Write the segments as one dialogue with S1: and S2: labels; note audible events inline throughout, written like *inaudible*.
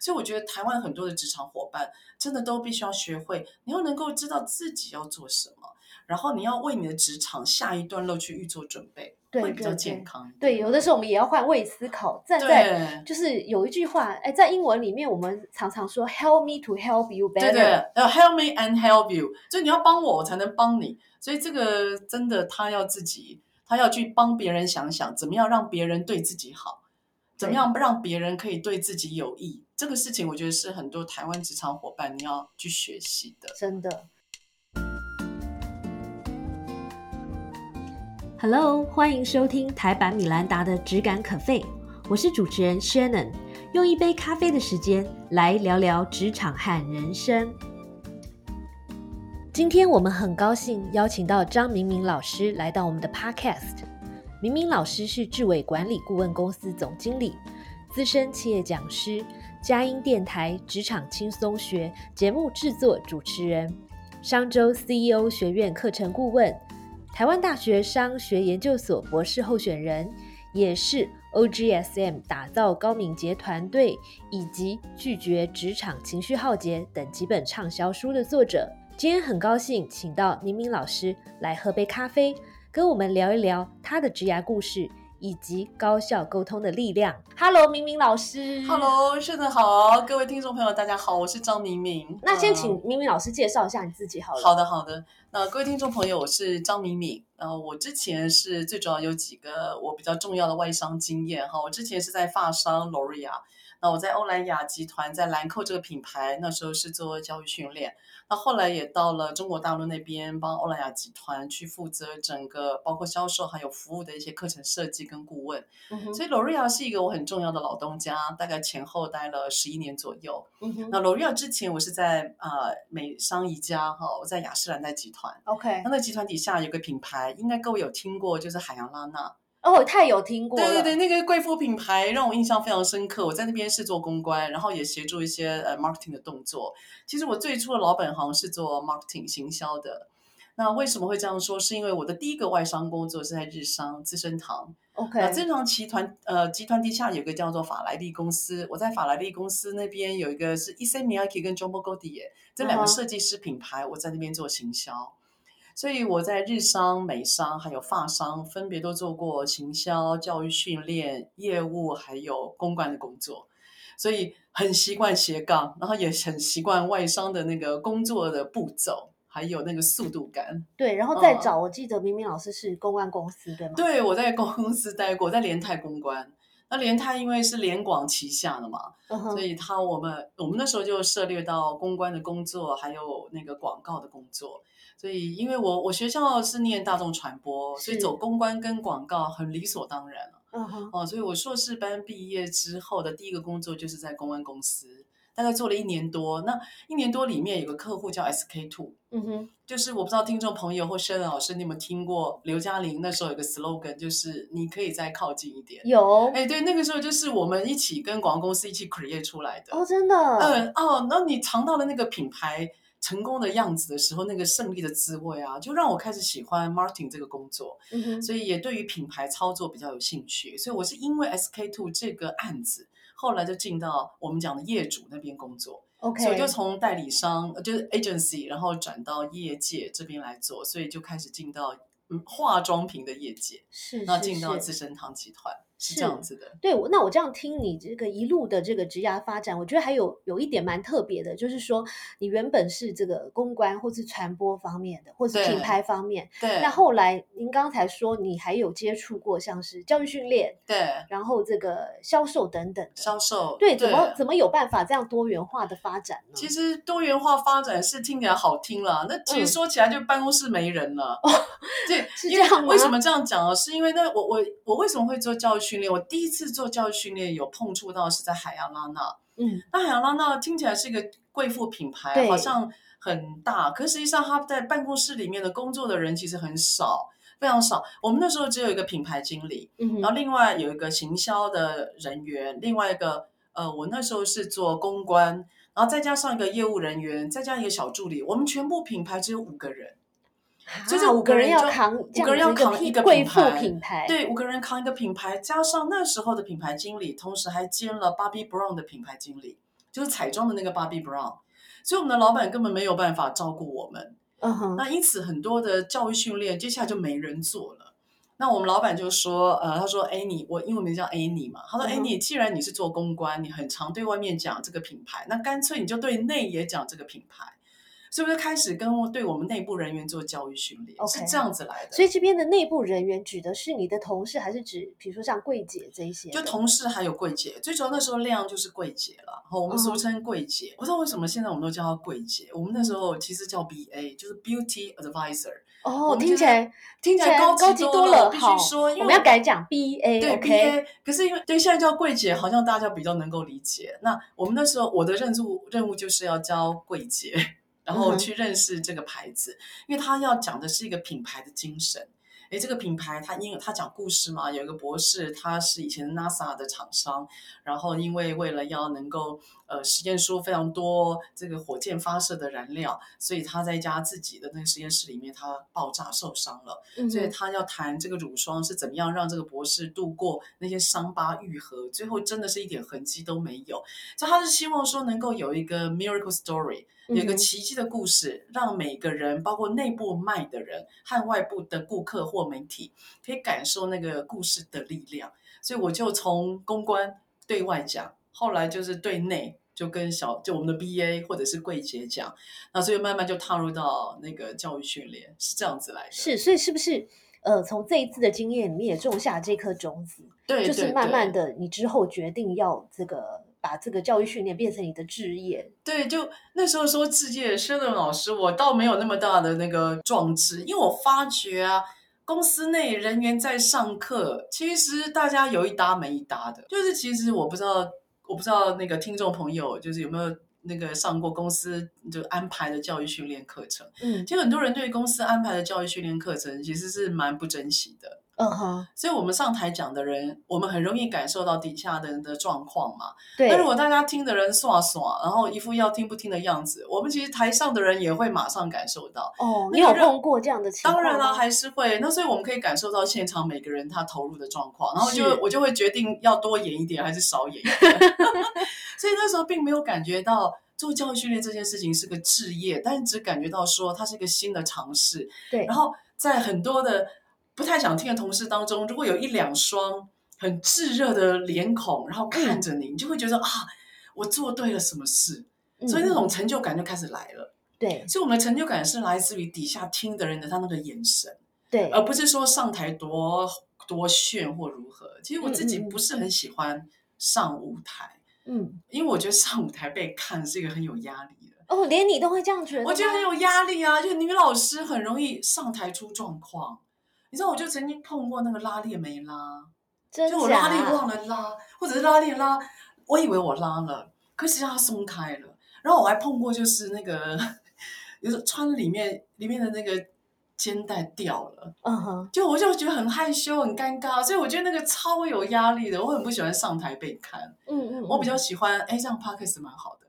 S1: 所以我觉得台湾很多的职场伙伴真的都必须要学会，你要能够知道自己要做什么，然后你要为你的职场下一段路去预做准备，
S2: 对
S1: 会比较
S2: 对
S1: 健康。
S2: 对，有的时候我们也要换位思考，站在
S1: 对
S2: 就是有一句话，哎，在英文里面我们常常说 “help me to help you
S1: 对
S2: better”，
S1: 对，呃，help me and help you，就你要帮我，我才能帮你。所以这个真的，他要自己，他要去帮别人想想，怎么样让别人对自己好，怎么
S2: 对
S1: 样让别人可以对自己有益。这个事情，我觉得是很多台湾职场伙伴你要去学习的。
S2: 真的。Hello，欢迎收听台版米兰达的《只感可废》，我是主持人 Shannon，用一杯咖啡的时间来聊聊职场和人生。今天我们很高兴邀请到张明明老师来到我们的 Podcast。明明老师是智伟管理顾问公司总经理，资深企业讲师，佳音电台职场轻松学节目制作主持人，商周 CEO 学院课程顾问，台湾大学商学研究所博士候选人，也是 OGSM 打造高敏捷团队以及拒绝职场情绪浩劫等几本畅销书的作者。今天很高兴请到明明老师来喝杯咖啡，跟我们聊一聊他的职涯故事以及高效沟通的力量。Hello，明明老师。
S1: Hello，现在好，各位听众朋友，大家好，我是张明明。
S2: 那先
S1: 嗯
S2: 请明明老师介绍一下你自己好了。
S1: 好的，好的。那各位听众朋友，我是张敏敏。呃，我之前是最主要有几个我比较重要的外商经验哈。我之前是在发商 l o r e a 那我在欧莱雅集团，在兰蔻这个品牌，那时候是做教育训练。那后来也到了中国大陆那边，帮欧莱雅集团去负责整个包括销售还有服务的一些课程设计跟顾问。
S2: 嗯哼，
S1: 所以 l o r e a 是一个我很重要的老东家，大概前后待了十一年左右。
S2: 嗯哼
S1: 那 L'Oreal 之前我是在呃美商宜家哈，我在雅诗兰黛集团，
S2: ，OK
S1: 那。那集团底下有个品牌，应该各位有听过，就是海洋拉娜。
S2: 哦，太有听过了。
S1: 对对对，那个贵妇品牌让我印象非常深刻。我在那边是做公关，然后也协助一些呃 marketing 的动作。其实我最初的老本行是做 marketing 行销的。那为什么会这样说？是因为我的第一个外商工作是在日商资生堂，
S2: OK，
S1: 那正常集团呃集团地下有个叫做法莱利公司，我在法莱利公司那边有一个是 i s e m i y a k i 跟 j o m b o g o d i e 这两
S2: 嗯
S1: 个
S2: 哼
S1: 设计师品牌，我在那边做行销。所以我在日商、美商还有发商分别都做过行销、教育训练、业务还有公关的工作，所以很习惯斜杠，然后也很习惯外商的那个工作的步骤，还有那个速度感。
S2: 对，然后再
S1: 嗯
S2: 找，我记得明明老师是公关公司，对吗？
S1: 对，我在公司待过，在联泰公关。那联泰因为是联广旗下的嘛，
S2: 嗯
S1: 所
S2: 哼，
S1: 以它我们我们那时候就涉猎到公关的工作，还有那个广告的工作。所以因为我我学校是念大众传播，所以
S2: 是
S1: 走公关跟广告很理所当然了
S2: 嗯哼，
S1: 哦。所以我硕士班毕业之后的第一个工作就是在公关公司，大概做了一年多。那一年多里面有个客户叫 SK Two。
S2: 嗯哼，
S1: 就是我不知道听众朋友或轩老师，你有没有听过刘嘉玲那时候有个 slogan，就是你可以再靠近一点。
S2: 有
S1: 哎，对，那个时候就是我们一起跟广告公司一起 create 出来的。
S2: 哦，真的，
S1: 嗯哦，那你尝到了那个品牌成功的样子的时候，那个胜利的滋味啊，就让我开始喜欢 marketing 这个工作，
S2: 嗯哼，
S1: 所以也对于品牌操作比较有兴趣。所以我是因为 SK two 这个案子，后来就进到我们讲的业主那边工作。
S2: OK，
S1: 所以我就从代理商呃就是 agency，然后转到业界这边来做，所以就开始进到嗯化妆品的业界，
S2: 是
S1: 然后
S2: 是
S1: 进到
S2: 是
S1: 资生堂集团是
S2: 是
S1: 这样子的。
S2: 对，我那我这样听你这个一路的这个职涯发展，我觉得还有有一点蛮特别的，就是说你原本是这个公关或是传播方面的，或是品
S1: 对
S2: 牌方面，
S1: 对，
S2: 那后来您刚才说你还有接触过像是教育训练，
S1: 对
S2: 然后这个销售等等的，
S1: 销售
S2: 对，怎么怎么有办法这样多元化的发展呢？
S1: 其实多元化发展是听起来好听啦，那其
S2: 嗯哦
S1: 实说起来就办公室没人了。对，
S2: 是
S1: 因
S2: 这
S1: 为
S2: 样吗
S1: 为什么这样讲啊？是因为那我我我为什么会做教育训练？我第一次做教育训练有碰触到是在海洋拉娜，
S2: 嗯，
S1: 那海洋拉娜听起来是一个贵妇品牌，
S2: 对
S1: 好像很大，可实际上她在办公室里面的工作的人其实很少，非常少。我们那时候只有一个品牌经理，
S2: 嗯哼
S1: 然后另外有一个行销的人员，另外一个呃，我那时候是做公关，然后再加上一个业务人员，再加一个小助理，我们全部品牌只有五个人。所以
S2: 啊
S1: 这
S2: 五
S1: 五个
S2: 人
S1: 人
S2: 要
S1: 就
S2: 扛
S1: 五
S2: 这
S1: 个人
S2: 样
S1: 要
S2: 子
S1: 扛
S2: 品
S1: 一个
S2: 贵
S1: 品
S2: 妇
S1: 牌
S2: 品牌，
S1: 对，五个人扛一个品牌，加上那时候的品牌经理，同时还兼了 Bobbi Brown 的品牌经理，就是彩妆的那个 Bobbi Brown，所以我们的老板根本没有办法照顾我们。
S2: 嗯哼，
S1: 那因此很多的教育训练接下来就没人做了。那我们老板就说，呃，他说 Annie，我英文名叫 Annie 嘛，他说
S2: 嗯
S1: Annie，既然你是做公关，你很常对外面讲这个品牌，那干脆你就对内也讲这个品牌。所以我就开始跟我对我们内部人员做教育训练
S2: OK
S1: 是这样子来的。
S2: 所以这边的内部人员指的是你的同事，还是指比如说像柜姐这一些的？
S1: 就同事还有柜姐，最主要那时候亮就是柜姐了，然后我们俗
S2: 嗯
S1: 称柜姐。不知道为什么现在我们都叫她柜姐，我们那时候其实叫 BA，就是 Beauty Advisor，
S2: 哦，
S1: 我们
S2: 听起
S1: 觉得
S2: 来
S1: 听起来
S2: 高
S1: 高
S2: 级
S1: 级
S2: 多
S1: 多了我必须
S2: 好，
S1: 说因为
S2: 我们要
S1: 我
S2: 改讲 B A
S1: 对
S2: 哎 OK，
S1: BA。可是因为对现在叫柜姐，好像大家比较能够理解。那我们那时候我的任务任务就是要教柜姐，然
S2: 嗯
S1: 后
S2: 哼
S1: 去认识这个牌子，因为他要讲的是一个品牌的精神。诶，这个品牌它因为它讲故事嘛，有一个博士，他是以前 NASA 的厂商，然后因为为了要能够呃实验出非常多这个火箭发射的燃料，所以他在一家自己的那个实验室里面他爆炸受伤了。
S2: 嗯
S1: 所以
S2: 哼
S1: 他要谈这个乳霜是怎么样让这个博士度过那些伤疤愈合，最后真的是一点痕迹都没有。所以他是希望说能够有一个 miracle story，有一
S2: 嗯
S1: 个
S2: 哼
S1: 奇迹的故事，让每个人，包括内部卖的人和外部的顾客或媒体，可以感受那个故事的力量。所以我就从公关对外讲，后来就是对内。就跟小就我们的 B A 或者是柜姐讲，那所以慢慢就踏入到那个教育训练，是这样子来的。
S2: 是，所以是不是呃，从这一次的经验里面也种下这颗种子，
S1: 对，
S2: 就是
S1: 对
S2: 慢慢
S1: 对
S2: 的你之后决定要这个把这个教育训练变成你的置业，
S1: 对，就那时候说自己也升任老师，我倒没有那么大的那个壮志，因为我发觉啊，公司内人员在上课，其实大家有一搭没一搭的，就是其实我不知道，我不知道那个听众朋友就是有没有那个上过公司就安排的教育训练课程，
S2: 嗯
S1: 其实很多人对公司安排的教育训练课程其实是蛮不珍惜的。
S2: 嗯哼，
S1: 所以，我们上台讲的人，我们很容易感受到底下的人的状况嘛。
S2: 对
S1: 那，如果大家听的人啊耍耍，然后一副要听不听的样子，我们其实台上的人也会马上感受到。
S2: 哦，
S1: 那
S2: 你有
S1: 个任
S2: 碰过这样的情况
S1: 当然
S2: 吗
S1: 啦，还是会。那所以我们可以感受到现场每个人他投入的状况，然后就是我就会决定要多演一点还是少演一点。所以那时候并没有感觉到做教育训练这件事情是个置业，但是只感觉到说它是一个新的尝试，
S2: 对
S1: 然，后在很多的不太想听的同事当中，如果有一两双很炙热的脸孔，然后
S2: 嗯
S1: 看着你，你就会觉得啊，我做对了什么事，所以那
S2: 嗯
S1: 种成就感就开始来了。
S2: 对
S1: 所以我们的成就感是来自于底下听的人的他那个眼神，
S2: 对
S1: 而不是说上台多多炫或如何。其实我自己
S2: 嗯嗯嗯
S1: 不是很喜欢上舞台，
S2: 嗯
S1: 因为我觉得上舞台被看是一个很有压力的。
S2: 哦，连你都会这样觉得吗，
S1: 我觉得很有压力啊，就女老师很容易上台出状况。你知道，我就曾经碰过那个拉链没拉，
S2: 真
S1: 就我
S2: 假
S1: 拉链忘了拉，或者是拉链拉，我以为我拉了，可实际上它松开了。然后我还碰过，就是那个，就是穿里面里面的那个肩带掉了，
S2: 嗯哼，
S1: 就我就觉得很害羞、很尴尬，所以我觉得那个超有压力的，我很不喜欢上台被看，
S2: 嗯嗯，
S1: 我比
S2: 嗯
S1: 较喜欢，哎，这样 p o d c a s 蛮好的，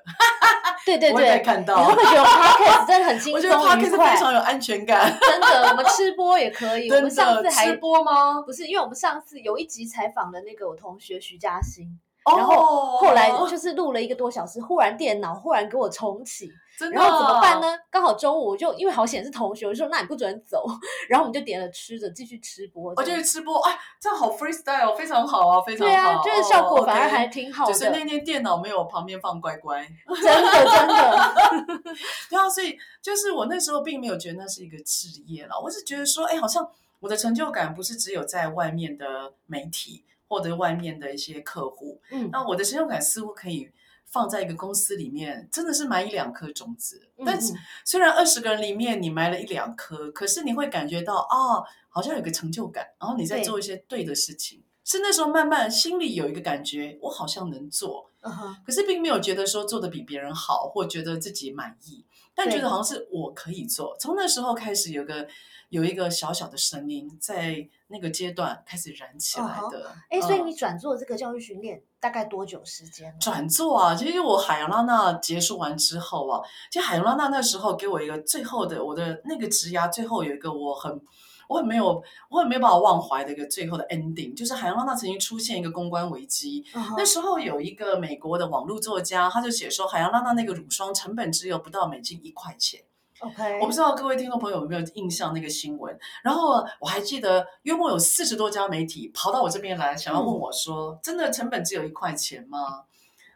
S2: 对对
S1: 不会被
S2: 对。
S1: 看
S2: 你
S1: 到啊
S2: 会不。会觉
S1: *laughs*
S2: 得 podcast 真的很 *laughs* 轻
S1: 我
S2: 松
S1: 觉得 p o d c a
S2: 愉
S1: s
S2: 快
S1: 非？常有安全感。
S2: 真的，我们吃播也可以。我
S1: 真
S2: 们上次
S1: 的
S2: 还
S1: 吃播吗？
S2: 不是，因为我们上次有一集采访了那个我同学徐嘉欣，
S1: 然
S2: 然
S1: 哦
S2: 后后来就是录了一个多小时，忽然电脑忽然给我重启，
S1: 真的啊
S2: 然后怎么办？呢？刚好中午我就因为好险是同学，我就说那你不准走，然后我们就点了吃的继续吃播，
S1: 我觉得吃播，哎，这样好 freestyle，非常好啊，非常好。
S2: 对啊，就是效果反而还
S1: 哦
S2: 挺好
S1: ，OK
S2: 的，
S1: 只是那天电脑没有旁边放乖乖，
S2: *laughs* 真的真的，
S1: 对啊，所以就是我那时候并没有觉得那是一个职业了，我是觉得说，哎，好像我的成就感不是只有在外面的媒体或者外面的一些客户，
S2: 嗯
S1: 那我的成就感似乎可以放在一个公司里面，真的是埋一两颗种子， *laughs* 但是
S2: 嗯
S1: 虽然二十个人里面你埋了一两颗，可是你会感觉到哦，好像有个成就感，然后你在
S2: 对
S1: 做一些对的事情，是那时候慢慢心里有一个感觉，我好像能做，
S2: 嗯哼
S1: 可是并没有觉得说做的比别人好，或觉得自己满意，但
S2: 对
S1: 觉得好像是我可以做。从那时候开始，有个有一个小小的声音在那个阶段开始燃起来的。
S2: 哎，所以
S1: 嗯
S2: 你转做这个教育训练大概多久时间呢？
S1: 转做啊，其实我海洋拉娜结束完之后啊，其实海洋拉娜那时候给我一个最后的我的那个职涯，最后有一个我很我很没有，我很没有办法忘怀的一个最后的 ending，就是海洋浪大曾经出现一个公关危机，
S2: 嗯
S1: 那时候有一个美国的网络作家，他就写说海洋浪大那个乳霜成本只有不到美金一块钱。
S2: OK，
S1: 我不知道各位听众朋友有没有印象那个新闻。然后我还记得约莫有四十多家媒体跑到我这边来，想要问我说：“真的成本只有一块钱吗？”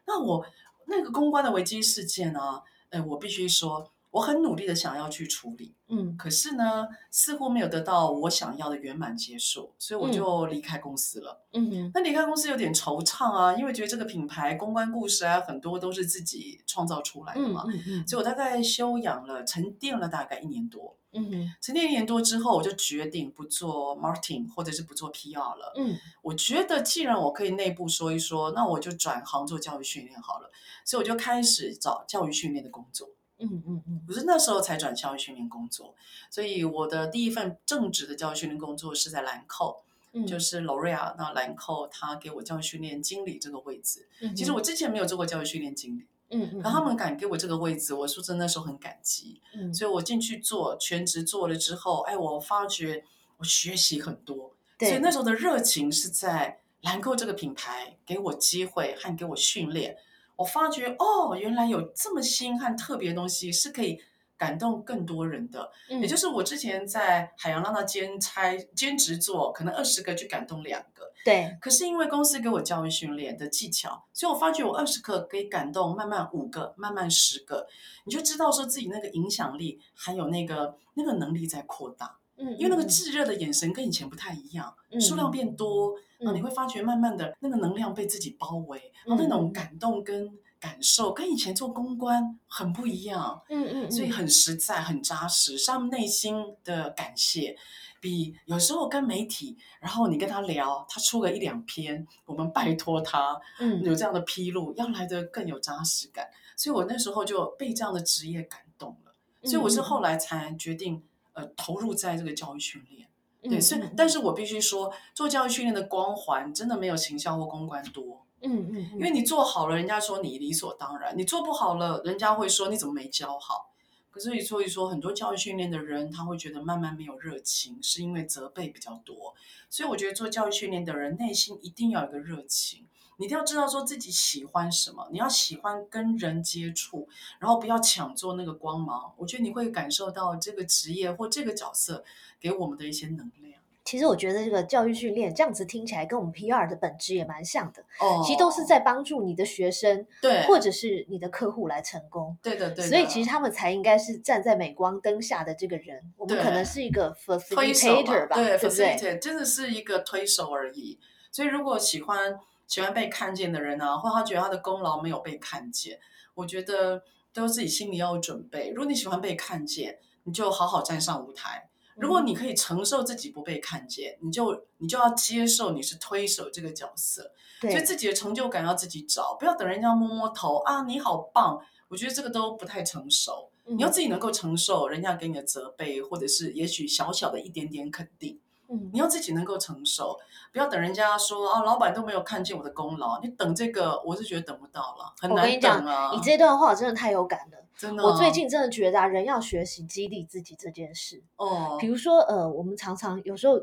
S1: 那我那个公关的危机事件啊，呃，我必须说，我很努力的想要去处理，
S2: 嗯
S1: 可是呢，似乎没有得到我想要的圆满结束，所以我就离开公司了。
S2: 嗯哼
S1: *laughs* 那离开公司有点惆怅啊，因为觉得这个品牌公关故事啊，很多都是自己创造出来的
S2: 嗯
S1: 嘛。
S2: 嗯嗯
S1: 所以我大概休养了、沉淀了大概一年多。
S2: 嗯哼
S1: 沉淀一年多之后，我就决定不做 marketing 或者是不做 PR 了。
S2: 嗯
S1: 我觉得既然我可以内部说一说，那我就转行做教育训练好了。所以我就开始找教育训练的工作。
S2: 嗯嗯嗯，
S1: 不是那时候才转教育训练工作，所以我的第一份正职的教育训练工作是在兰蔻，
S2: 嗯
S1: 就是 L'Oreal 那兰蔻他给我教育训练经理这个位置。其实我之前没有做过教育训练经理，
S2: 嗯嗯，
S1: 然后他们敢给我这个位置，我说真的那时候很感激。
S2: 嗯
S1: 所以我进去做全职做了之后，哎，我发觉我学习很多，所以
S2: 对
S1: 那时候的热情是在兰蔻这个品牌给我机会和给我训练。我发觉哦，原来有这么新和特别的东西是可以感动更多人的。
S2: 嗯
S1: 也就是是我之前在海洋浪那兼差兼职做，可能二十个去感动两个，
S2: 对
S1: 可是因为公司给我教育训练的技巧，所以我发觉我二十个可以感动慢慢五个，慢慢十个，你就知道说自己那个影响力还有那个那个能力在扩大，
S2: 嗯，
S1: 因为那个炙热的眼神跟以前不太一样，
S2: 个
S1: 数量变多，那、
S2: 嗯
S1: 你会发觉慢慢的那个能量被自己包围，
S2: 嗯
S1: 那种感动跟感受跟以前做公关很不一样。
S2: 嗯嗯，
S1: 所以很实在、很扎实，是他们内心的感谢。比有时候跟媒体，然后你跟他聊，他出个一两篇，我们拜托他
S2: 嗯
S1: 有这样的披露，要来的更有扎实感。所以我那时候就被这样的职业感动了，
S2: 嗯
S1: 所以我是后来才决定呃投入在这个教育训练。
S2: 嗯
S1: 对，所以但是我必须说，做教育训练的光环真的没有行销或公关多，
S2: 嗯嗯，
S1: 因为你做好了，人家说你理所当然；你做不好了，人家会说你怎么没教好。可是所以说，很多教育训练的人，他会觉得慢慢没有热情，是因为责备比较多。所以我觉得做教育训练的人，内心一定要有一个热情，你一定要知道说自己喜欢什么，你要喜欢跟人接触，然后不要抢做那个光芒。我觉得你会感受到这个职业或这个角色给我们的一些能量。
S2: 其实我觉得这个教育训练这样子听起来跟我们 PR 的本质也蛮像的，
S1: 哦
S2: 其实都是在帮助你的学生
S1: 对，
S2: 或者是你的客户来成功。
S1: 对的对的，
S2: 所以其实他们才应该是站在镁光灯下的这个人，我们
S1: 对
S2: 可能是一个
S1: 推手嘛
S2: facilitator 吧，
S1: 对
S2: 不对？
S1: ，facilitator 真的是一个推手而已。所以如果喜欢喜欢被看见的人啊，或他觉得他的功劳没有被看见，我觉得都自己心里要有准备。如果你喜欢被看见，你就好好站上舞台。如
S2: 嗯
S1: 果你可以承受自己不被看见，你就你就要接受你是推手这个角色，所以
S2: 对
S1: 自己的成就感要自己找，不要等人家摸摸头啊，你好棒。我觉得这个都不太成熟。
S2: 嗯
S1: 你要自己能够承受人家给你的责备，或者是也许小小的一点点肯定，
S2: 嗯
S1: 你要自己能够承受，不要等人家说啊，老板都没有看见我的功劳，你等这个，我是觉得等不到了，很
S2: 我跟你
S1: 难
S2: 讲
S1: 等啊。
S2: 你这段话我真的太有感了。
S1: 真的啊，
S2: 我最近真的觉得啊，人要学习激励自己这件事。
S1: 哦
S2: 比，如说，呃，我们常常有时候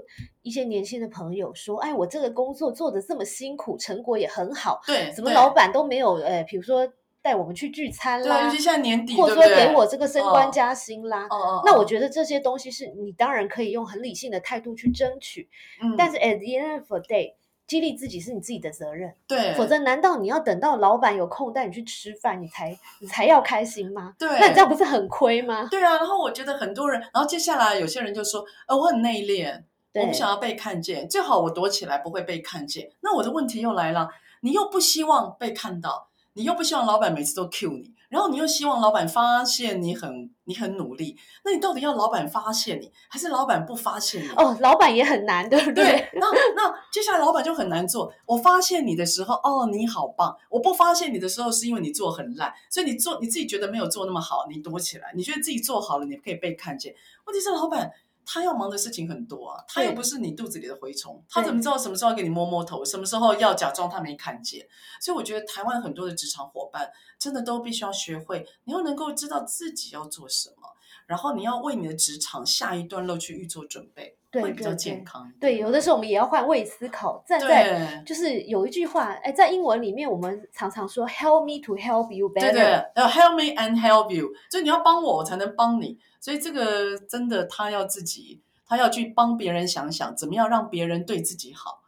S2: 一些年轻的朋友说，哎，我这个工作做的这么辛苦，成果也很好，
S1: 对，
S2: 怎么
S1: 对
S2: 老板都没有，呃，比如说带我们去聚餐
S1: 对，啊
S2: 啦
S1: 尤，其现在年底，
S2: 或者
S1: 对
S2: 说
S1: 不对
S2: 给我这个升官
S1: 哦
S2: 加薪啦。
S1: 哦哦，
S2: 那我觉得这些东西是你当然可以用很理性的态度去争取，
S1: 得，嗯
S2: 但是 at the end of the day，激励自己是你自己的责任，
S1: 对，
S2: 否则难道你要等到老板有空带你去吃饭，你才你才要开心吗？
S1: 对，
S2: 那你这样不是很亏吗？
S1: 对啊，然后我觉得很多人，然后接下来有些人就说，呃，我很内敛，我
S2: 对
S1: 不想要被看见，最好我躲起来不会被看见。那我的问题又来了，你又不希望被看到，你又不希望老板每次都 cue 你，然后你又希望老板发现你很你很努力，那你到底要老板发现你，还是老板不发现你？啊
S2: 哦，老板也很难， *laughs* 对不
S1: 对，那那接下来老板就很难做。我发现你的时候，哦，你好棒；我不发现你的时候，是因为你做很烂，所以你做你自己觉得没有做那么好，你躲起来，你觉得自己做好了，你可以被看见。问题是老板他要忙的事情很多啊，他又
S2: 对
S1: 不是你肚子里的蛔虫，他怎
S2: 对
S1: 么知道什么时候要给你摸摸头，什么时候要假装他没看见？所以我觉得台湾很多的职场伙伴真的都必须要学会，你要能够知道自己要做什么，然后你要为你的职场下一段路去预做准备。
S2: 对
S1: 会
S2: 对
S1: 比较
S2: 对
S1: 健康。
S2: 对，有的时候我们也要换位思考，站在
S1: 对
S2: 就是有一句话，哎，在英文里面我们常常说 “help me to help you
S1: 对
S2: better”，
S1: 对，呃，help me and help you，就你要帮我，我才能帮你。所以这个真的，他要自己，他要去帮别人想想，怎么样让别人对自己好，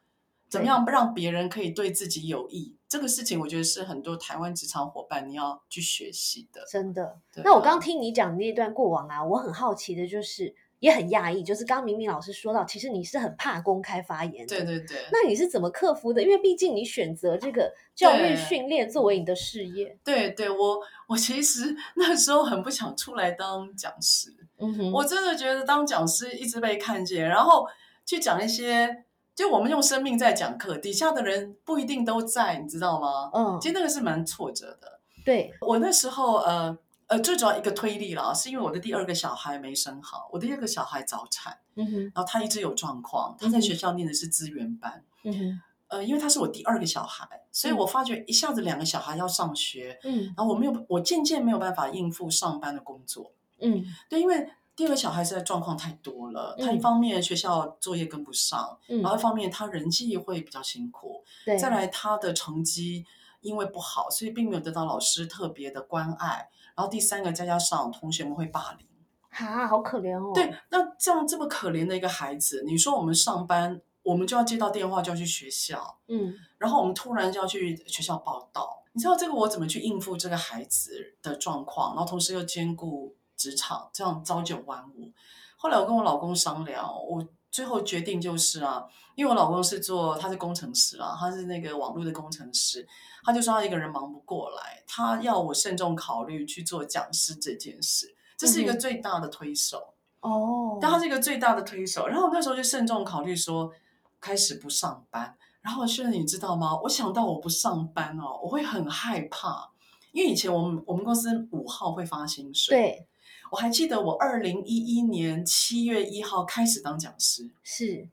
S1: 怎么
S2: 对
S1: 样让别人可以对自己有益。这个事情，我觉得是很多台湾职场伙伴你要去学习的。
S2: 真的。
S1: 对
S2: 那我
S1: 啊
S2: 刚听你讲那段过往啊，我很好奇的就是，也很讶异，就是刚刚明明老师说到，其实你是很怕公开发言的，
S1: 对对对，
S2: 那你是怎么克服的？因为毕竟你选择这个教育
S1: 对
S2: 训练作为你的事业，
S1: 对对，我我其实那时候很不想出来当讲师，
S2: 嗯哼
S1: 我真的觉得当讲师一直被看见，然后去讲一些，就我们用生命在讲课，底下的人不一定都在，你知道吗？
S2: 嗯
S1: 其，实那个是蛮挫折的。
S2: 对，
S1: 我那时候呃呃，最主要一个推力啦，是因为我的第二个小孩没生好，我的第二个小孩早产，
S2: 嗯哼，
S1: 然后他一直有状况，他在
S2: 嗯
S1: 学校念的是资源班。
S2: 嗯哼，
S1: 呃，因为他是我第二个小孩，所以
S2: 嗯
S1: 我发觉一下子两个小孩要上学，
S2: 嗯
S1: 然后我没有，我渐渐没有办法应付上班的工作。
S2: 嗯
S1: 对，因为第二个小孩实在状况太多了，他一
S2: 嗯
S1: 方面学校作业跟不上，然后一
S2: 嗯，
S1: 方面他人际会比较辛苦，
S2: 对，
S1: 再来他的成绩因为不好，所以并没有得到老师特别的关爱。然后第三个，再加上同学们会霸凌，
S2: 哈，好可怜哦，
S1: 对，，那这样这么可怜的一个孩子，你说我们上班，我们就要接到电话就要去学校，
S2: 嗯
S1: 然后我们突然就要去学校报道，你知道这个我怎么去应付这个孩子的状况，然后同时又兼顾职场，这样朝九晚五。后来我跟我老公商量，我最后决定就是啊，因为我老公是做他是工程师啦，他是那个网络的工程师，他就说他一个人忙不过来，他要我慎重考虑去做讲师这件事，这是一个
S2: 嗯哼
S1: 最大的推手。
S2: 哦，
S1: 但他是一个最大的推手。然后我那时候就慎重考虑说，开始不上班。然后现在你知道吗？我想到我不上班哦，我会很害怕，因为以前我们我们公司五号会发薪水，，
S2: 对，
S1: 我还记得我二零一一年七月一号开始当讲师，
S2: 是，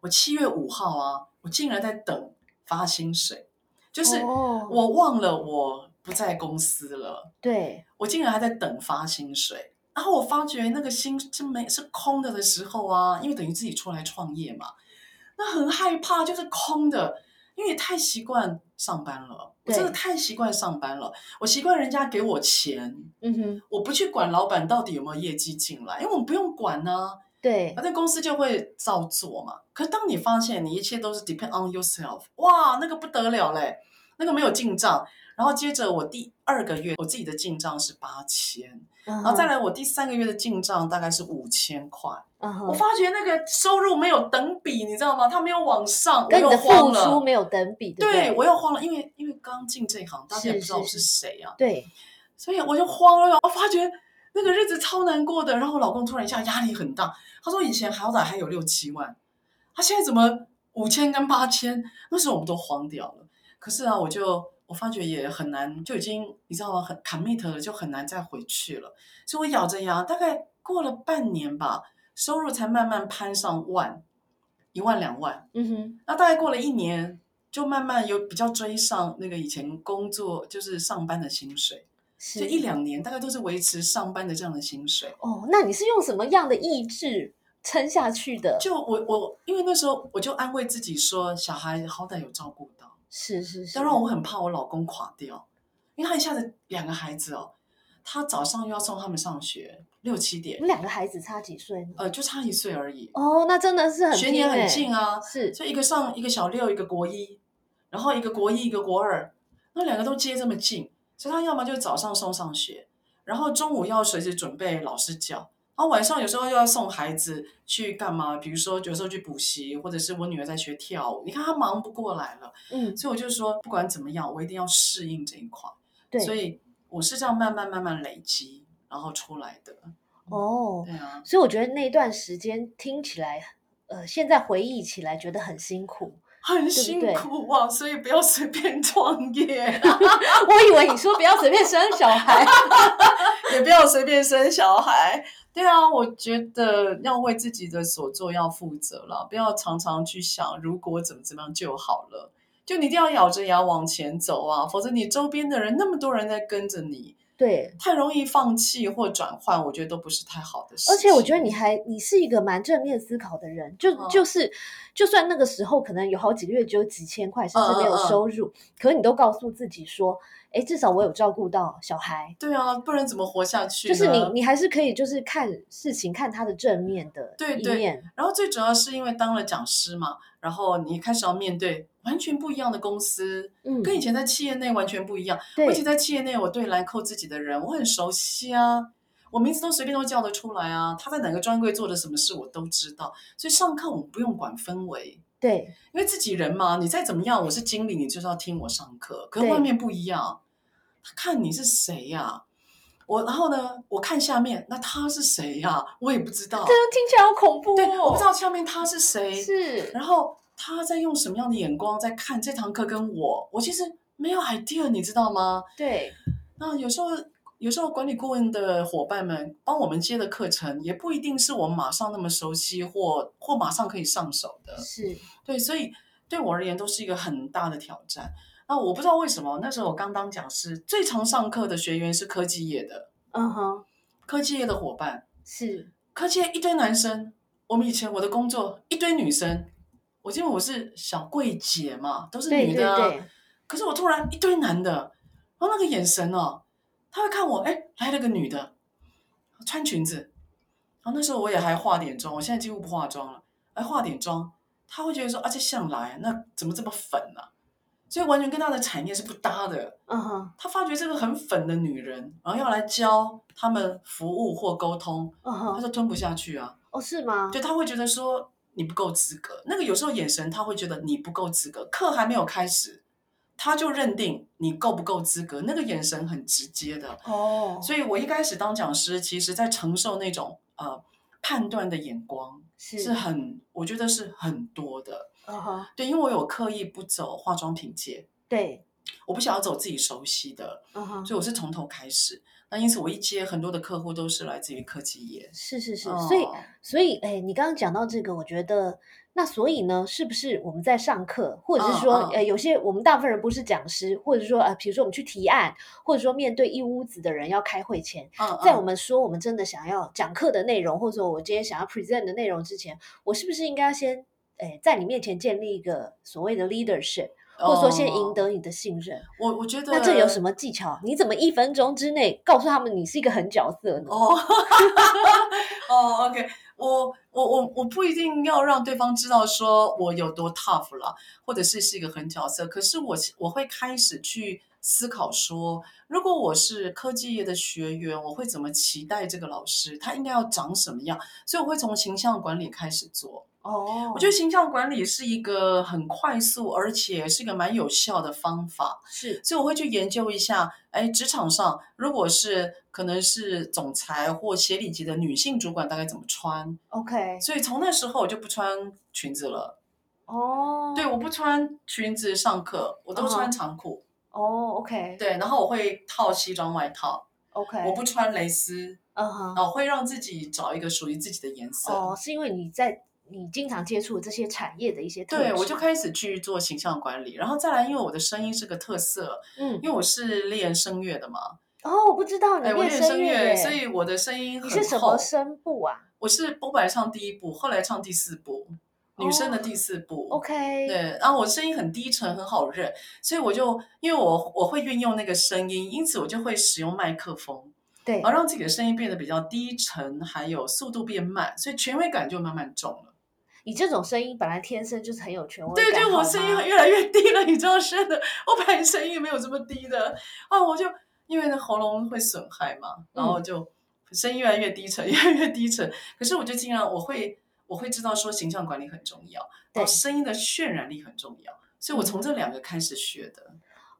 S1: 我七月五号啊，我竟然在等发薪水，就是
S2: 哦
S1: 我忘了我不在公司了。
S2: 对，
S1: 我竟然还在等发薪水。然后我发觉那个心是没是空的的时候啊，因为等于自己出来创业嘛，那很害怕，就是空的，因为也太习惯上班了，我
S2: 对
S1: 真的太习惯上班了，我习惯人家给我钱，
S2: 嗯哼，
S1: 我不去管老板到底有没有业绩进来，因为我们不用管呢、
S2: 对
S1: 啊，，那公司就会照做嘛。可当你发现你一切都是 depend on yourself，哇，那个不得了嘞，那个没有进账。然后接着我第二个月我自己的进账是八千，
S2: 然
S1: 然后再，来我第三个月的进账大概是五千块。
S2: 嗯哼
S1: 我发觉那个收入没有等比，你知道吗？它没有往上，我
S2: 跟你
S1: 又
S2: 的
S1: 慌
S2: 付出
S1: 了。
S2: 没有等比，对不
S1: 对，
S2: 对
S1: 我又慌了，因为因为刚进这一行，大家也
S2: 是
S1: 不知道
S2: 是
S1: 我是谁啊，
S2: 对，
S1: 所以我就慌了，我发觉那个日子超难过的。然后我老公突然一下压力很大，他说以前好歹还有六七万，他现在怎么五千跟八千？那时候我们都慌掉了。可是啊，我就我发觉也很难，就已经你知道吗？很 commit 了，就很难再回去了。所以我咬着牙，大概过了半年吧，收入才慢慢攀上万，一万两万。
S2: 嗯哼，
S1: 那大概过了一年，就慢慢有比较追上那个以前工作就是上班的薪水。
S2: 是
S1: 就一两年，大概都是维持上班的这样的薪水。
S2: 哦，那你是用什么样的意志撑下去的？
S1: 就我我，因为那时候我就安慰自己说，小孩好歹有照顾到。
S2: 是是是，
S1: 当然，我很怕我老公垮掉，因为他一下子两个孩子哦，他早上又要送他们上学，六七
S2: 你
S1: 点，
S2: 们两个孩子差几岁呢？
S1: 呃，就差一岁而已，
S2: 哦，那真的是很
S1: 学年
S2: 拼欸
S1: 很近啊，
S2: 是
S1: 就一个上一个小六，一个国一，然后一个国一，一个国二，那两个都接这么近，所以他要么就早上送上学，然后中午要随时准备老师教，然后晚上有时候又要送孩子去干嘛，比如说有时候去补习，或者是我女儿在学跳舞，你看她忙不过来了，
S2: 嗯，
S1: 所以我就说不管怎么样，我一定要适应这一块，
S2: 对，
S1: 所以我是这样慢慢慢慢累积，然后出来的，
S2: 哦，
S1: 对啊，
S2: 所以我觉得那段时间听起来，呃，现在回忆起来觉得很辛苦。
S1: 很辛
S2: 对
S1: 苦啊，所以不要随便创业。
S2: *laughs* 我以为你说不要随便生小孩，
S1: 也不要随便生小孩。对啊，我觉得要为自己的所做要负责了，不要常常去想如果怎么怎么样就好了。就就你一定要咬着牙往前走啊，否则你周边的人那么多人在跟着你，
S2: *laughs* 对，
S1: 太容易放弃或转换，我觉得都不是太好的事情。
S2: 而且我觉得你还你是一个蛮正面思考的人，就、
S1: 嗯
S2: 就是就算那个时候可能有好几个月只有几千块，甚至没有
S1: 嗯嗯嗯
S2: 收入，可是你都告诉自己说，哎，至少我有照顾到小孩，
S1: 对啊，不然怎么活下去
S2: 就
S1: 呢？
S2: 是你你还是可以就是看事情看它的正面的
S1: 对
S2: 一
S1: 对
S2: 面，
S1: 然后最主要是因为当了讲师嘛，然后你开始要面对完全不一样的公司，
S2: 嗯，
S1: 跟以前在企业内完全不一样。
S2: 对
S1: 我以前在企业内，我对兰蔻自己的人我很熟悉啊，我名字都随便都叫得出来啊，他在哪个专柜做的什么事我都知道，所以上课我们不用管氛围。
S2: 对
S1: 因为自己人嘛，你再怎么样，我是经理，你就是要听我上课。可是
S2: 对
S1: 外面不一样，他看你是谁呀、我然后呢，我看下面，那他是谁呀、我也不知道
S2: 这。样听起来好恐怖
S1: 对，我
S2: 哦
S1: 不知，道嗯下面他是谁，
S2: 是
S1: 然后他在用什么样的眼光在看这堂课跟我，我其实没有 idea，你知道吗？
S2: 对
S1: 那有时候。有时候管理顾问的伙伴们帮我们接的课程，也不一定是我们马上那么熟悉或或马上可以上手的。
S2: 是
S1: 对，所以对我而言都是一个很大的挑战。那我不知道为什么那时候我刚当讲师，最常上课的学员是科技业的，
S2: 嗯哼
S1: 科技业的伙伴，
S2: 是
S1: 科技业一堆男生。我们以前我的工作一堆女生，我因为我是小柜姐嘛，都是
S2: 对
S1: 女
S2: 对
S1: 的啊。
S2: 对
S1: 可是我突然一堆男的，然后那个眼神哦，他会看我，哎，来了个女的，穿裙子，然后那时候我也还化点妆，我现在几乎不化妆了，哎，化点妆，他会觉得说，啊，这向来那怎么这么粉呢、所以完全跟他的产业是不搭的。
S2: 嗯哼
S1: 他发觉这个很粉的女人，然后要来教他们服务或沟通，
S2: 嗯
S1: 他
S2: 哼
S1: 就吞不下去啊。
S2: 哦是吗？
S1: 就他会觉得说你不够资格，那个有时候眼神他会觉得你不够资格，课还没有开始，他就认定你够不够资格，那个眼神很直接的。
S2: 哦，
S1: 所以我一开始当讲师，其实在承受那种呃判断的眼光
S2: 是
S1: 是很，我觉得是很多的。
S2: 嗯哼
S1: 对，因为我有刻意不走化妆品界，
S2: 对
S1: 我不想要走自己熟悉的，
S2: 嗯哼
S1: 所以我是从头开始。那因此我一接很多的客户都是来自于科技业，
S2: 是是是，所以
S1: 哦
S2: 所以，哎，你刚刚讲到这个，我觉得那所以呢，是不是我们在上课，或者是
S1: 嗯
S2: 说，
S1: 嗯
S2: 呃，有些我们大部分人不是讲师，或者说，呃，比如说我们去提案，或者说面对一屋子的人要开会前，
S1: 嗯，
S2: 在
S1: 嗯
S2: 我们说我们真的想要讲课的内容，或者说我今天想要 present 的内容之前，我是不是应该先，哎，在你面前建立一个所谓的 leadership，或者说先赢
S1: 哦
S2: 得你的信任？
S1: 我，我觉得
S2: 那这有什么技巧？你怎么一分钟之内告诉他们你是一个狠角色呢？
S1: 哦， *laughs* 哦，OK，我我我我不一定要让对方知道说我有多 tough 啦，或者是是一个狠角色，可是我我会开始去思考说，如果我是科技业的学员，我会怎么期待这个老师，他应该要长什么样？所以我会从形象管理开始做。
S2: 哦，
S1: 我觉得形象管理是一个很快速，而且是一个蛮有效的方法。
S2: 是
S1: 所以我会去研究一下，哎，职场上如果是可能是总裁或协理级的女性主管大概怎么穿。
S2: OK，
S1: 所以从那时候我就不穿裙子了，
S2: 哦，
S1: 对，我不穿裙子上课，我都
S2: 嗯哼
S1: 穿长裤，
S2: 哦，OK，
S1: 对，然后我会套西装外套，
S2: ，OK，
S1: 我不，穿蕾丝，
S2: 嗯哼，
S1: 然后会让自己找一个属于自己的颜色。
S2: 哦，是因为你在你经常接触这些产业的一些特
S1: 对，我
S2: 质
S1: 就开始去做形象管理，然后再来，因为我的声音是个特色，
S2: 嗯，
S1: 因为我是练声乐的嘛，
S2: 哦，我不知道你
S1: 哎，我练声
S2: 乐
S1: 乐，
S2: 耶
S1: 所以我的声音
S2: 你
S1: 很
S2: 是什
S1: 厚
S2: 么声部啊
S1: 我是我本来唱第一部，后来唱第四部，女生的第四部。
S2: 哦？OK，
S1: 对，然后我声音很低沉，很好认，所以我就因为我我会运用那个声音，因此我就会使用麦克风，
S2: 对
S1: 而让自己的声音变得比较低沉，还有速度变慢，所以权威感就慢慢重了。
S2: 你这种声音本来天生就是很有权威
S1: 对
S2: 感
S1: 对，我
S2: 好
S1: 声
S2: 吗
S1: 音越来越低了，你知道，是的，我本来声音没有这么低的啊，我就因为那喉咙会损害嘛，然
S2: 嗯
S1: 后就声音越来越低沉， *laughs* 越来越低沉。可是我就尽量，我会我会知道说形象管理很重要，然
S2: 对嗯
S1: 后声音的渲染力很重要，所以我从这两个开始学的。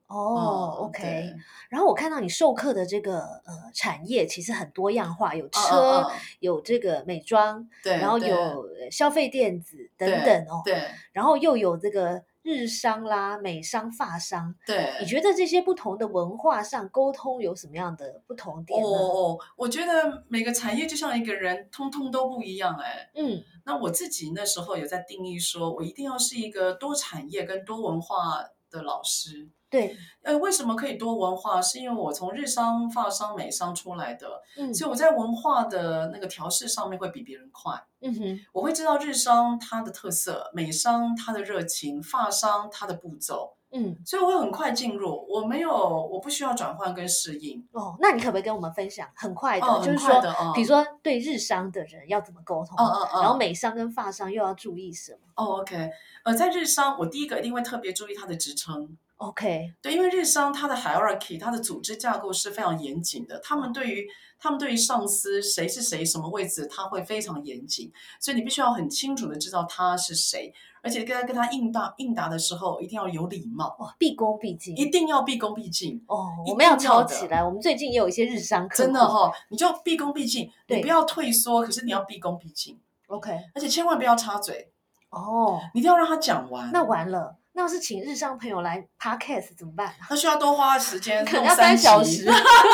S2: 哦
S1: 嗯
S2: ，OK。然后我看到你授课的这个呃产业其实很多样化，有
S1: 嗯
S2: 车
S1: 嗯嗯，
S2: 有这个美妆，
S1: 对，
S2: 然后
S1: 对
S2: 有呃消费电子等
S1: 对
S2: 等哦，
S1: 对
S2: 然后又有这个日商啦、美商、法商，
S1: 对，哦
S2: 你觉得这些不同的文化上沟通有什么样的不同点呢？
S1: 哦哦，我觉得每个产业就像一个人，通通都不一样哎、
S2: 嗯，
S1: 那我自己那时候有在定义说，我一定要是一个多产业跟多文化的老师。
S2: 对，
S1: 呃，为什么可以多文化？是因为我从日商、法商、美商出来的，
S2: 嗯
S1: 所以我在文化的那个调试上面会比别人快。
S2: 嗯哼，
S1: 我会知道日商它的特色，美商它的热情，法商它的步骤，
S2: 嗯，
S1: 所以我会很快进入。我没有，我不需要转换跟适应。
S2: 哦，那你可不可以跟我们分享很快的，
S1: 哦
S2: 就
S1: 很
S2: 是
S1: 快
S2: 说
S1: 的哦，
S2: 比如说对日商的人要怎么沟通，
S1: 嗯嗯嗯，
S2: 哦然后美商跟法商又要注意什么
S1: 哦，OK，呃，在日商，我第一个一定会特别注意它的职称。
S2: ？OK，
S1: 对，因为日商它的 hierarchy，它的组织架构是非常严谨的。他们对于他们对于上司谁是谁什么位置，他会非常严谨，所以你必须要很清楚的知道他是谁，而且跟他跟他应答应答的时候，一定要有礼貌，
S2: 哇，哦毕恭毕敬，
S1: 一定要毕恭毕敬。
S2: 哦，我
S1: 一
S2: 们要
S1: 定
S2: 抄
S1: 要的
S2: 起来。我们最近也有一些日商课，
S1: 真的哈、哦，你就毕恭毕敬，你
S2: 对
S1: 不要退缩，可是你要毕恭毕敬，
S2: OK，
S1: 而且千万不要插嘴，
S2: 哦，
S1: 你一定要让他讲完。
S2: 那完了，那要是请日商朋友来 podcast 怎么办？
S1: 他需要多花时间，
S2: 可能
S1: 弄
S2: 要三
S1: 集 *laughs*
S2: 小时，因 *laughs*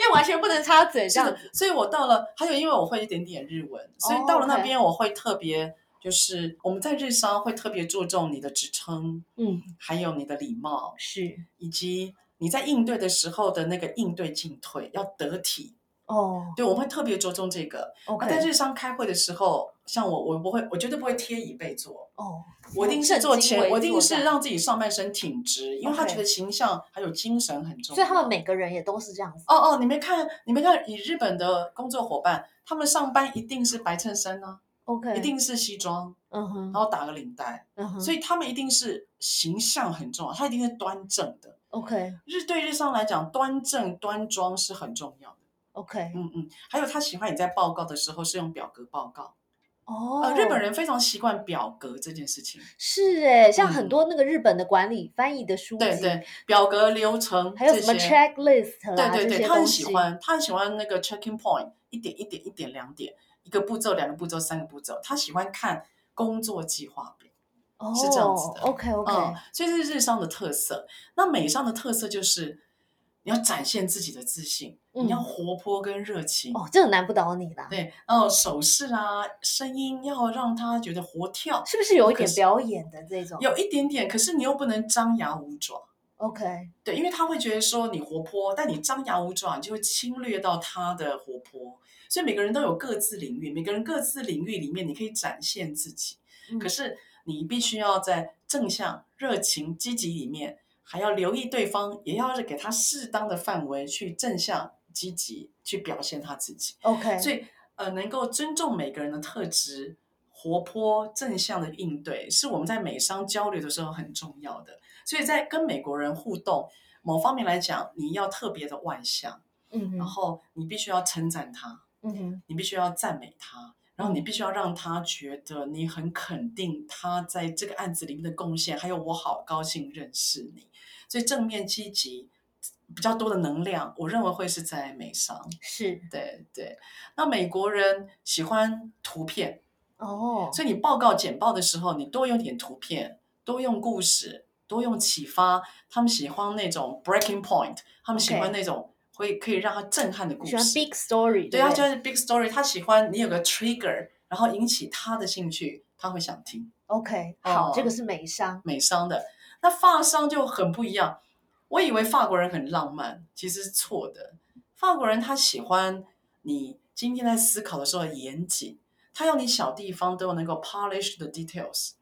S2: 为完全不能插嘴这
S1: 是
S2: 样哦
S1: 的
S2: 子。，
S1: 所以我到了，还有因为我会一点点日文，所以到了那边我会特别，就是我们在日商会特别注重你的职称，
S2: 嗯，
S1: 还有你的礼貌，
S2: 是
S1: 以及你在应对的时候的那个应对进退要得体。
S2: 哦
S1: 对，我们会特别着重这个。
S2: ，OK，
S1: 那在日商开会的时候，像我，我不会，我绝对不会贴椅背坐，
S2: 哦，
S1: 我一定是坐
S2: 正襟危
S1: 前，我一定
S2: 坐这
S1: 是
S2: 样
S1: 让自己上半身挺直，因为他
S2: OK
S1: 觉得形象还有精神很重要。
S2: 所以他们每个人也都是这样子。
S1: 哦哦，你没看，你没看，以日本的工作伙伴，他们上班一定是白衬衫啊，
S2: OK，
S1: 一，定是西装，
S2: 嗯哼
S1: 然，后打个领带，
S2: 嗯哼，
S1: 所
S2: 以
S1: 以他们一定是形象很重要，他一定是端正的。
S2: OK
S1: 日对日上来讲，端正端庄是很重要的。
S2: OK，
S1: 嗯嗯，还有他喜欢你在报告的时候是用表格报告，
S2: 哦
S1: 呃，，日本人非常习惯表格这件事情。
S2: 是哎，像很
S1: 嗯
S2: 多那个日本的管理翻译的书
S1: 对
S2: 籍，
S1: 对，表格流程
S2: 还有什么
S1: 这些
S2: checklist 啦
S1: 对对
S2: 这些
S1: 对，他很
S2: 东
S1: 喜
S2: 西。
S1: 欢，他很喜欢那个 checking point，一点一点一点两点，一个步骤两个步骤三个步骤，他喜欢看工作计划表。
S2: 哦
S1: 是这样子的
S2: OK OK，
S1: 嗯，所以这是日商的特色。那美商的特色就是你要展现自己的自信，你要
S2: 嗯
S1: 活泼跟热情。
S2: 哦，这个难不倒你啦。
S1: 对，然后手势啊，声音要让他觉得活跳，
S2: 是不是有一点
S1: 可是
S2: 表演的这种？
S1: 有一点点，可是你又不能张牙舞爪。
S2: OK，
S1: 对，因为他会觉得说你活泼，但你张牙舞爪，你就会侵略到他的活泼。所以每个人都有各自领域，每个人各自领域里面，你可以展现自己。
S2: 嗯
S1: 可是你必须要在正向、热情、积极里面，还要留意对方，也要给他适当的范围去正向、积极去表现他自己。
S2: OK，
S1: 所以，呃，能够尊重每个人的特质，活泼正向的应对，是我们在美商交流的时候很重要的。所以在跟美国人互动，某方面来讲，你要特别的外向，
S2: 嗯
S1: 然
S2: 哼，
S1: 后你必须要称赞他，
S2: 嗯哼，
S1: 你必须要赞美他。然后你必须要让他觉得你很肯定他在这个案子里面的贡献，还有我好高兴认识你，所以正面积极比较多的能量，我认为会是在美商。
S2: 是
S1: 对对，那美国人喜欢图片，
S2: 哦，
S1: 所以你报告简报的时候，你多用点图片，多用故事，多用启发。他们喜欢那种 breaking point，他们喜
S2: OK
S1: 欢那种会可以让他震撼的故
S2: 喜欢
S1: 事。
S2: big story，
S1: 对，
S2: 不
S1: 他喜欢 big story，他喜欢你有个 trigger，然后引起他的兴趣，他会想听
S2: OK，好，这
S1: 哦
S2: 个是美商，
S1: 美商的。那法商就很不一样，我以为法国人很浪漫，其实是错的。法国人他喜欢你今天在思考的时候很严谨，他要你小地方都能够 polish the details，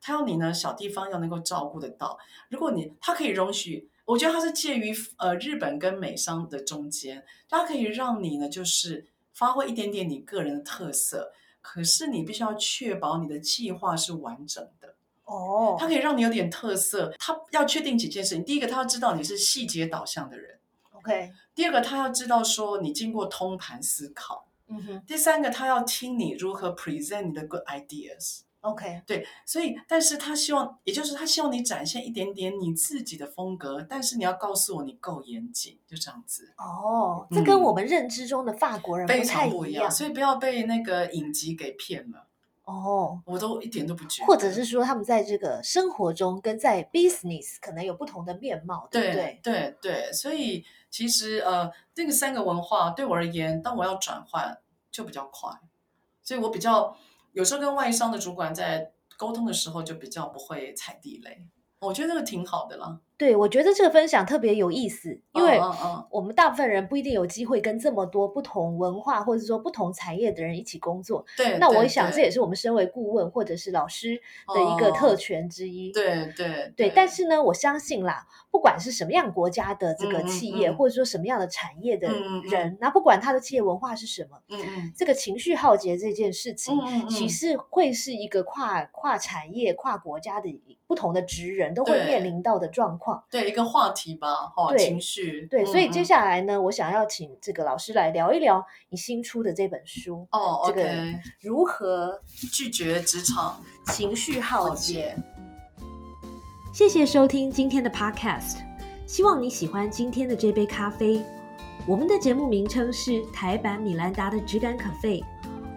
S1: 他要你呢小地方要能够照顾得到。如果你他可以容许，我觉得他是介于呃日本跟美商的中间，它可以让你呢就是发挥一点点你个人的特色，可是你必须要确保你的计划是完整的。
S2: 哦
S1: 它可以让你有点特色。他要确定几件事情：第一个，他要知道你是细节导向的人；
S2: ，OK，
S1: 第二个，他要知道说你经过通盘思考；
S2: 嗯哼
S1: 第三个，他要听你如何 present 你的 good ideas。
S2: ，OK，
S1: 对，所以，但是他希望，也就是他希望你展现一点点你自己的风格，但是你要告诉我你够严谨，就这样子，
S2: 哦，这跟
S1: 嗯
S2: 我们认知中的法国人
S1: 非
S2: 太
S1: 常不一样。所以不要被那个影集给骗了，
S2: 哦。
S1: 我都一点都不觉得。
S2: 或者是说，他们在这个生活中跟在 business 可能有不同的面貌，对不
S1: 对
S2: 对？
S1: 对对，所以其实呃，那个三个文化对我而言，当我要转换就比较快，所以我比较有时候跟外商的主管在沟通的时候就比较不会踩地雷。我觉得那个挺好的啦，
S2: 对，我觉得这个分享特别有意思，因为
S1: 嗯嗯嗯
S2: 我们大部分人不一定有机会跟这么多不同文化或者说不同产业的人一起工作。
S1: 对，
S2: 那
S1: 对
S2: 我想这也
S1: 对哦
S2: 是我们身为顾问或者是老师的一个特权之一。
S1: 对对
S2: 对，但是呢，我相信啦，不管是什么样国家的这个
S1: 嗯嗯
S2: 企业，
S1: 嗯
S2: 或者说什么样的产业的
S1: 嗯嗯嗯
S2: 人，那不管他的企业文化是什么，
S1: 嗯嗯
S2: 这个情绪浩劫这件事情
S1: 嗯，嗯，
S2: 其
S1: 嗯
S2: 实会是一个跨跨产业、跨国家的一不同的职人都会
S1: 对
S2: 面临到的状况。
S1: 对一个话题吧，哈，
S2: 对
S1: 情绪
S2: 对，
S1: 嗯
S2: 所以接
S1: 嗯
S2: 下来呢，我想要请这个老师来聊一聊你新出的这本书，
S1: 哦
S2: 这个
S1: ，OK，
S2: 如何
S1: 拒绝职场
S2: 情绪
S1: 浩
S2: 浩劫。
S3: 谢
S1: 劫，
S3: 谢收听今天的 Podcast，希望你喜欢今天的这杯咖啡。我们的节目名称是台版米兰达的质感可费，